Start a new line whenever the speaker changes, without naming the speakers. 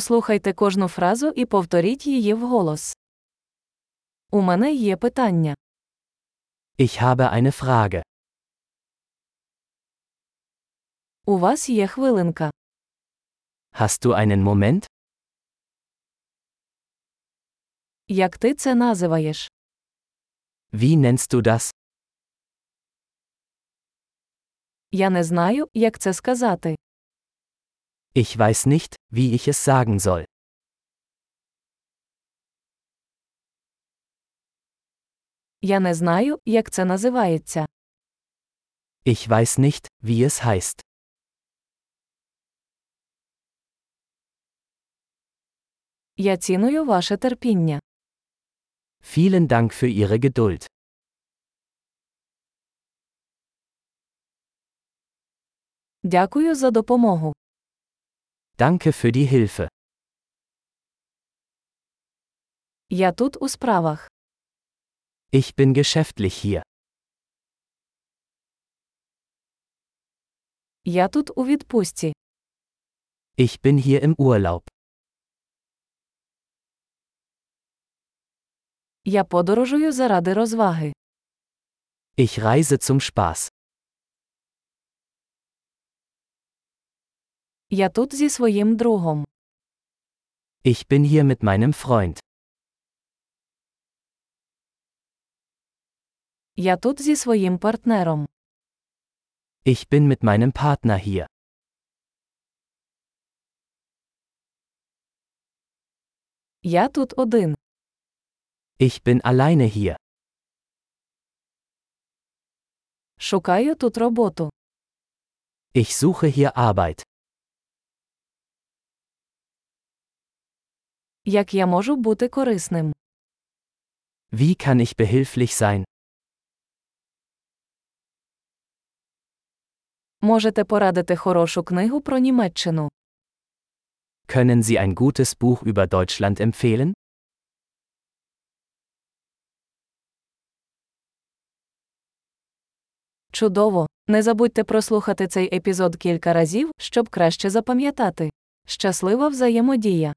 Послухайте кожну фразу і повторіть її вголос. У мене є питання.
Ich habe eine Frage.
У вас є хвилинка.
Hast du einen Moment?
Як ти це називаєш?
Wie nennst du das?
Я не знаю, як це сказати.
Ich weiß nicht, wie ich es sagen soll.
Я не знаю, як це називається.
Ich weiß nicht, wie es heißt.
Я ціную ваше терпіння.
Vielen Dank für Ihre Geduld.
Дякую за допомогу.
Danke für die Hilfe.
Я тут у справах.
Ich bin geschäftlich hier.
Я тут у відпустці.
Ich bin hier im Urlaub.
Я подорожую заради розваги.
Ich reise zum Spaß.
Я тут зі своїм другом.
Ich bin hier mit meinem Freund.
Я тут зі своїм партнером.
Ich bin mit meinem Partner hier.
Я тут один.
Ich bin alleine hier.
Шукаю тут роботу.
Ich suche hier Arbeit.
Як я можу бути корисним?
Wie kann ich behilflich sein?
Можете порадити хорошу книгу про Німеччину.
Können Sie ein gutes Buch über Deutschland empfehlen?
Чудово! Не забудьте прослухати цей епізод кілька разів, щоб краще запам'ятати. Щаслива взаємодія!